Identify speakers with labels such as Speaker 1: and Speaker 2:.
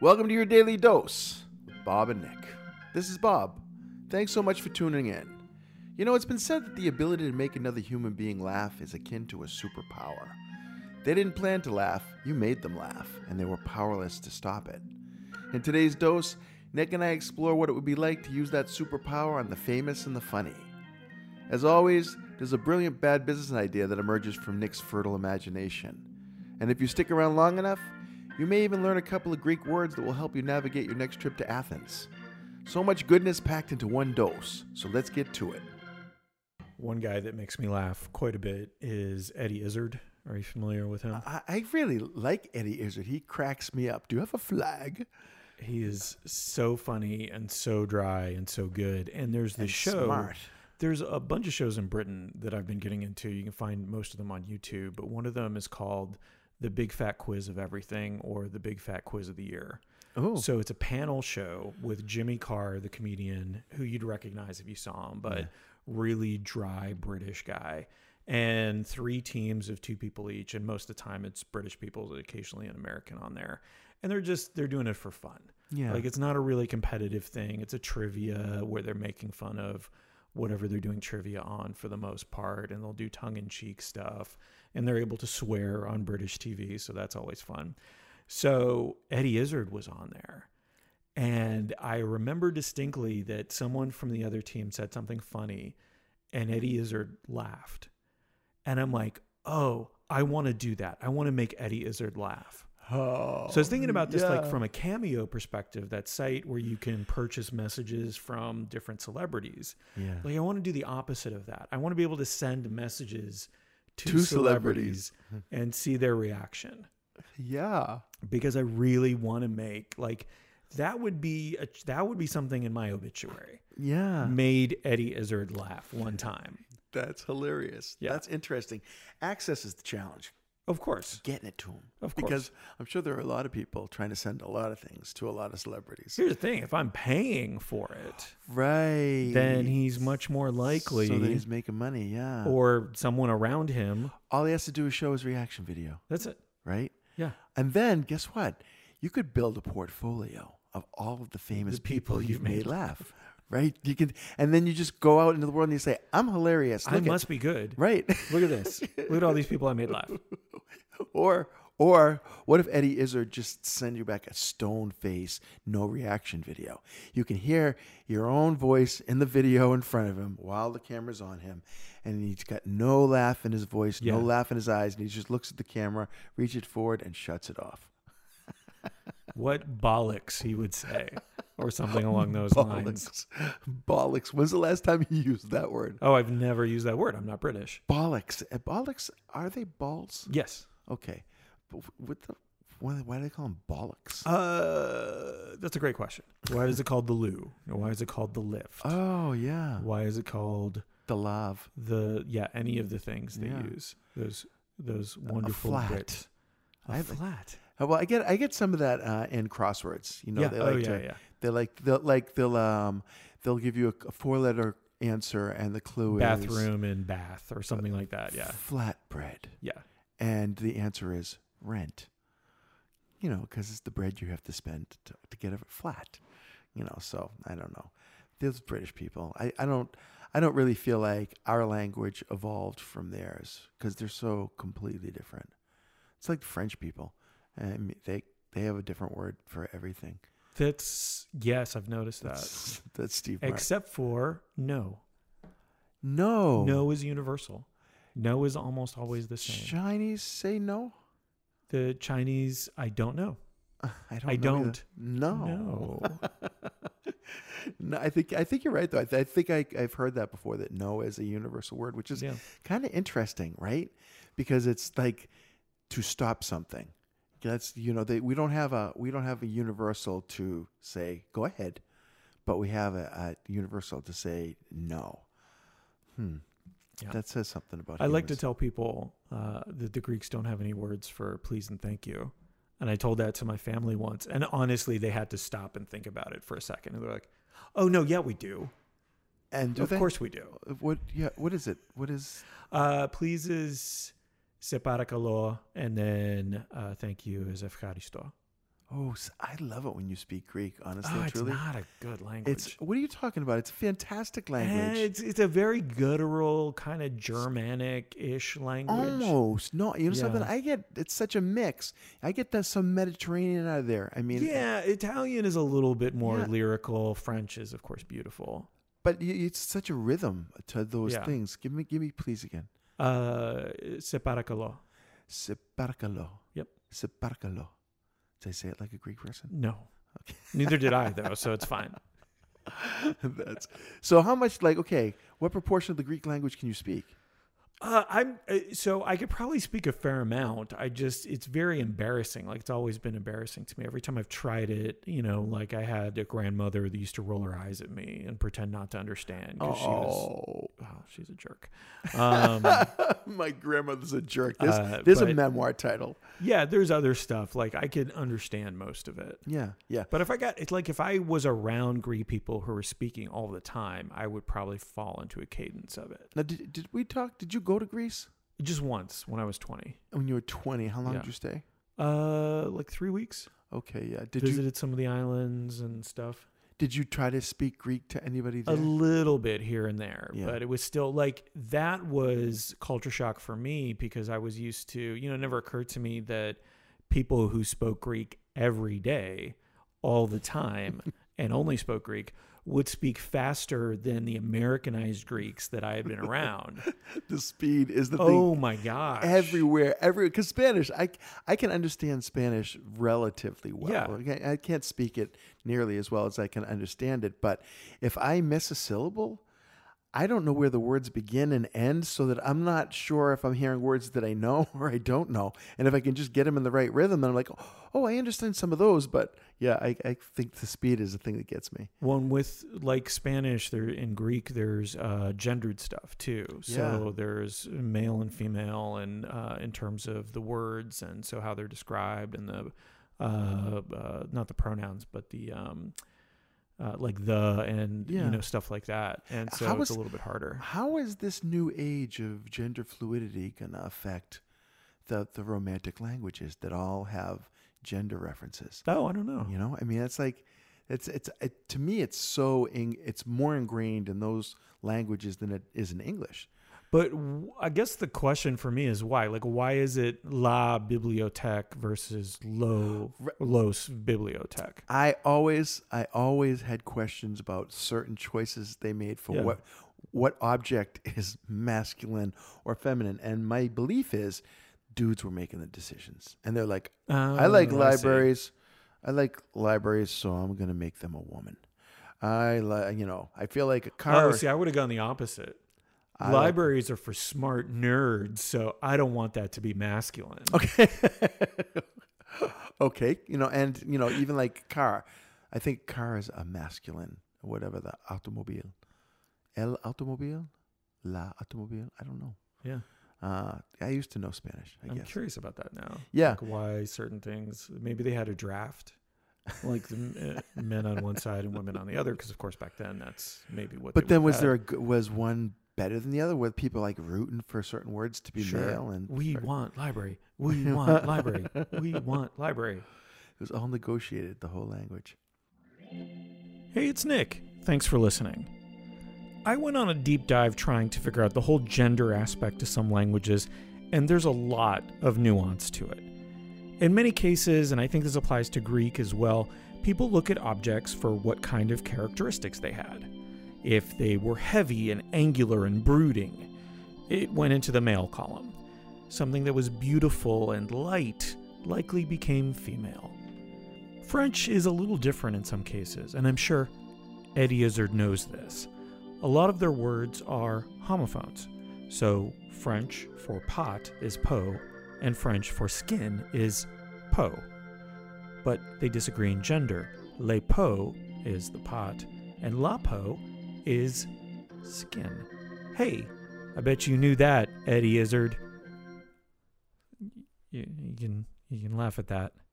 Speaker 1: Welcome to your daily dose with Bob and Nick. This is Bob. Thanks so much for tuning in. You know, it's been said that the ability to make another human being laugh is akin to a superpower. They didn't plan to laugh, you made them laugh, and they were powerless to stop it. In today's dose, Nick and I explore what it would be like to use that superpower on the famous and the funny. As always, there's a brilliant bad business idea that emerges from Nick's fertile imagination. And if you stick around long enough, you may even learn a couple of Greek words that will help you navigate your next trip to Athens. So much goodness packed into one dose, so let's get to it.
Speaker 2: One guy that makes me laugh quite a bit is Eddie Izzard. Are you familiar with him?
Speaker 1: I, I really like Eddie Izzard. He cracks me up. Do you have a flag?
Speaker 2: He is so funny and so dry and so good. And there's the
Speaker 1: And
Speaker 2: show.
Speaker 1: smart.
Speaker 2: There's a bunch of shows in Britain that I've been getting into. You can find most of them on YouTube, but one of them is called The Big Fat Quiz of Everything or The Big Fat Quiz of the Year.
Speaker 1: Oh,
Speaker 2: So it's a panel show with Jimmy Carr, the comedian, who you'd recognize if you saw him, but really dry British guy. And three teams of two people each, and most of the time it's British people, occasionally an American on there. And they're just they're doing it for fun.
Speaker 1: Yeah.
Speaker 2: Like it's not a really competitive thing. It's a trivia where they're making fun of whatever they're doing trivia on for the most part, and they'll do tongue in cheek stuff. And they're able to swear on British TV, so that's always fun. So Eddie Izzard was on there. And I remember distinctly that someone from the other team said something funny, and Eddie Izzard laughed. And I'm like, oh, I want to do that. I want to make Eddie Izzard laugh.
Speaker 1: oh.
Speaker 2: So I was thinking about this like
Speaker 1: yeah.
Speaker 2: from a cameo perspective, that site where you can purchase messages from different celebrities.
Speaker 1: Yeah.
Speaker 2: Like I want to do the opposite of that. I want to be able to send messages to,
Speaker 1: To Hmm.
Speaker 2: celebrities and see their reaction
Speaker 1: yeah.
Speaker 2: because I really want to make like that would be a, that would be something in my obituary.
Speaker 1: Yeah.
Speaker 2: Made Eddie Izzard laugh one time.
Speaker 1: That's hilarious.
Speaker 2: Yeah.
Speaker 1: That's interesting. Access is the challenge.
Speaker 2: Of course.
Speaker 1: Getting it to them.
Speaker 2: Of
Speaker 1: Because I'm sure there are a lot of people trying to send a lot of things to a lot of celebrities.
Speaker 2: Here's the thing, if I'm paying for it,
Speaker 1: Right.
Speaker 2: then he's much more likely
Speaker 1: So that he's making money, yeah.
Speaker 2: or someone around him.
Speaker 1: All he has to do is show his reaction video,
Speaker 2: That's it.
Speaker 1: right?
Speaker 2: Yeah.
Speaker 1: And then guess what? You could build a portfolio of all of the famous people, you've made, laugh, right? You can, and then you just go out into the world and you say, "I'm hilarious."
Speaker 2: I
Speaker 1: Look at-"
Speaker 2: must be good.
Speaker 1: right?
Speaker 2: Look at this. Look at all these people I made laugh.
Speaker 1: or or what if Eddie Izzard just send you back a stone face, no reaction video? You can hear your own voice in the video in front of him while the camera's on him, and he's got no laugh in his voice, no
Speaker 2: Yeah.
Speaker 1: laugh in his eyes, and he just looks at the camera, reaches it forward, and shuts it off.
Speaker 2: What bollocks he would say. Or something along those lines.
Speaker 1: Bollocks. Bollocks. When's the last time you used that word?
Speaker 2: Oh, I've never used that word. I'm not British.
Speaker 1: Bollocks. Uh, Bollocks. Are they balls?
Speaker 2: Yes.
Speaker 1: Okay. But wh- what the? Why, why do they call them bollocks?
Speaker 2: Uh, that's a great question. Why is it called the loo? Why is it called the lift?
Speaker 1: oh yeah,
Speaker 2: Why is it called
Speaker 1: the lav.
Speaker 2: the yeah? Any of the things they
Speaker 1: Yeah.
Speaker 2: use those those wonderful
Speaker 1: flat.
Speaker 2: Brit- A
Speaker 1: I have-
Speaker 2: flat.
Speaker 1: Oh, Well, I get I get some of that uh, in crosswords. You know,
Speaker 2: Yeah.
Speaker 1: they
Speaker 2: Oh,
Speaker 1: like
Speaker 2: yeah,
Speaker 1: to,
Speaker 2: yeah.
Speaker 1: they like they'll like they'll um they'll give you a, four letter answer and the clue is
Speaker 2: bathroom and bath or something like that. Yeah,
Speaker 1: flatbread
Speaker 2: yeah.
Speaker 1: and the answer is rent. You know, because it's the bread you have to spend to, to get a flat. You know, so I don't know. Those British people, I, I don't I don't really feel like our language evolved from theirs because they're so completely different. It's like the French people, and they they have a different word for everything.
Speaker 2: That's yes, I've noticed that.
Speaker 1: That's, that's Steve. Martin.
Speaker 2: Except for no,
Speaker 1: no,
Speaker 2: no is universal. No is almost always the same.
Speaker 1: Chinese say no.
Speaker 2: the Chinese, I don't know.
Speaker 1: I don't.
Speaker 2: I
Speaker 1: know either.
Speaker 2: don't No.
Speaker 1: No, I think I think you're right though. I, th- I think I, I've heard that before that no is a universal word, which is
Speaker 2: Yeah.
Speaker 1: kind of interesting, right? Because it's like to stop something. That's you know they, we don't have a we don't have a universal to say go ahead, but we have a, a universal to say no. Hmm.
Speaker 2: Yeah.
Speaker 1: That says something about.
Speaker 2: I like to
Speaker 1: humans.
Speaker 2: tell people uh, that the Greeks don't have any words for please and thank you. And I told that to my family once. And honestly, they had to stop and think about it for a second. And they're like, oh, no, yeah, we do.
Speaker 1: And do
Speaker 2: of
Speaker 1: they?
Speaker 2: course we do.
Speaker 1: What yeah? What is it? What is
Speaker 2: Uh, please is separakalo. And then uh, thank you is efcharisto.
Speaker 1: Oh, s- I love it when you speak Greek. Honestly,
Speaker 2: Oh,
Speaker 1: and
Speaker 2: it's
Speaker 1: truly,
Speaker 2: not a good language.
Speaker 1: it's what are you talking about? It's a fantastic
Speaker 2: Eh,
Speaker 1: language.
Speaker 2: it's it's a very guttural kind of Germanic-ish language.
Speaker 1: Almost not. You know something?
Speaker 2: Yeah.
Speaker 1: I get it's such a mix. I get that some Mediterranean out of there. I mean,
Speaker 2: yeah, Italian is a little bit more
Speaker 1: Yeah.
Speaker 2: lyrical. French is, of course, beautiful.
Speaker 1: but y- it's such a rhythm to those
Speaker 2: Yeah.
Speaker 1: things. Give me, give me, please again.
Speaker 2: Uh, separacolo.
Speaker 1: Separcalo.
Speaker 2: Yep.
Speaker 1: Separcalo. Did I say it like a Greek person?
Speaker 2: No, neither did I though, so it's fine.
Speaker 1: That's so. How much? Like, okay, what proportion of the Greek language can you speak?
Speaker 2: Uh, I'm uh, so I could probably speak a fair amount. I just it's very embarrassing. Like it's always been embarrassing to me. Every time I've tried it, you know, like I had a grandmother that used to roll her eyes at me and pretend not to understand because she was.
Speaker 1: Oh,
Speaker 2: Oh, she's a jerk. Um,
Speaker 1: my grandmother's a jerk. This,
Speaker 2: Uh,
Speaker 1: this is a
Speaker 2: but-
Speaker 1: memoir title.
Speaker 2: yeah, there's other stuff. Like I could understand most of it.
Speaker 1: Yeah, yeah.
Speaker 2: But if I got it's like if I was around Greek people who were speaking all the time, I would probably fall into a cadence of it.
Speaker 1: Now, did, did we talk? Did you go to Greece
Speaker 2: Just once when I was twenty,
Speaker 1: when you were twenty? How long
Speaker 2: Yeah.
Speaker 1: did you stay?
Speaker 2: uh, like three weeks.
Speaker 1: Okay, yeah. Did you
Speaker 2: visited some of the islands and stuff.
Speaker 1: did you try to speak Greek to anybody there?
Speaker 2: A little bit here and there,
Speaker 1: Yeah.
Speaker 2: but it was still like that was culture shock for me because I was used to, you know, it never occurred to me that people who spoke Greek every day, all the time, and only spoke Greek would speak faster than the Americanized Greeks that I had been around.
Speaker 1: the speed is the thing.
Speaker 2: oh my gosh.
Speaker 1: everywhere, everywhere. Because Spanish, I I can understand Spanish relatively well.
Speaker 2: Yeah.
Speaker 1: Okay, I can't speak it nearly as well as I can understand it. But if I miss a syllable, I don't know where the words begin and end, so that I'm not sure if I'm hearing words that I know or I don't know. And if I can just get them in the right rhythm, then I'm like, oh, I understand some of those. But yeah, I, I think the speed is the thing that gets me.
Speaker 2: one with like spanish there in greek there's uh gendered stuff too so there's male and female and uh in terms of the words and so how they're described and the uh, uh not the pronouns but the um uh, like the and
Speaker 1: Yeah.
Speaker 2: you know stuff like that and so
Speaker 1: How
Speaker 2: it's
Speaker 1: is-
Speaker 2: a little bit harder
Speaker 1: How is this new age of gender fluidity going to affect the, the romantic languages that all have gender references?
Speaker 2: oh i don't know
Speaker 1: You know, I mean, it's like, it's, it's, it, to me, it's so, in, it's more ingrained in those languages than it is in English.
Speaker 2: But w- I guess the question for me is why? Like, why is it la bibliothèque versus lo los bibliothèque?
Speaker 1: I always, I always had questions about certain choices they made for
Speaker 2: Yeah.
Speaker 1: what, what object is masculine or feminine. And my belief is dudes were making the decisions and they're like, I like
Speaker 2: Oh, see.
Speaker 1: libraries. I, like libraries, so I'm gonna make them a woman. I like, you know, I feel like a car.
Speaker 2: Oh, see, I would have gone the opposite.
Speaker 1: I like-
Speaker 2: Libraries are for smart nerds, so I don't want that to be masculine.
Speaker 1: okay, okay, you know, and you know, even like car. I think car is a masculine, whatever the automobile, el automobile, la automobile. I don't know.
Speaker 2: Yeah,
Speaker 1: Uh, I used to know Spanish. I
Speaker 2: I'm
Speaker 1: guess.
Speaker 2: curious about that now.
Speaker 1: Yeah.
Speaker 2: like why certain things? Maybe they had a draft, like the uh, men on one side and women on the other, because of course back then that's maybe what.
Speaker 1: But
Speaker 2: they
Speaker 1: then
Speaker 2: would
Speaker 1: was
Speaker 2: have
Speaker 1: there
Speaker 2: had.
Speaker 1: a, g- was one better than the other? Were people like rooting for certain words to be
Speaker 2: Sure.
Speaker 1: male and
Speaker 2: We want library. We want library. We want library.
Speaker 1: It was all negotiated, the whole language.
Speaker 2: Hey, it's Nick. Thanks for listening. I went on a deep dive trying to figure out the whole gender aspect of some languages, and there's a lot of nuance to it. In many cases, and I think this applies to Greek as well, people look at objects for what kind of characteristics they had. If they were heavy and angular and brooding, it went into the male column. Something that was beautiful and light likely became female. French is a little different in some cases, and I'm sure Eddie Izzard knows this. A lot of their words are homophones. So, French for pot is po, and French for skin is po. But they disagree in gender. Le po is the pot, and la po is skin. Hey, I bet you knew that, Eddie Izzard. You, you, can, you can laugh at that.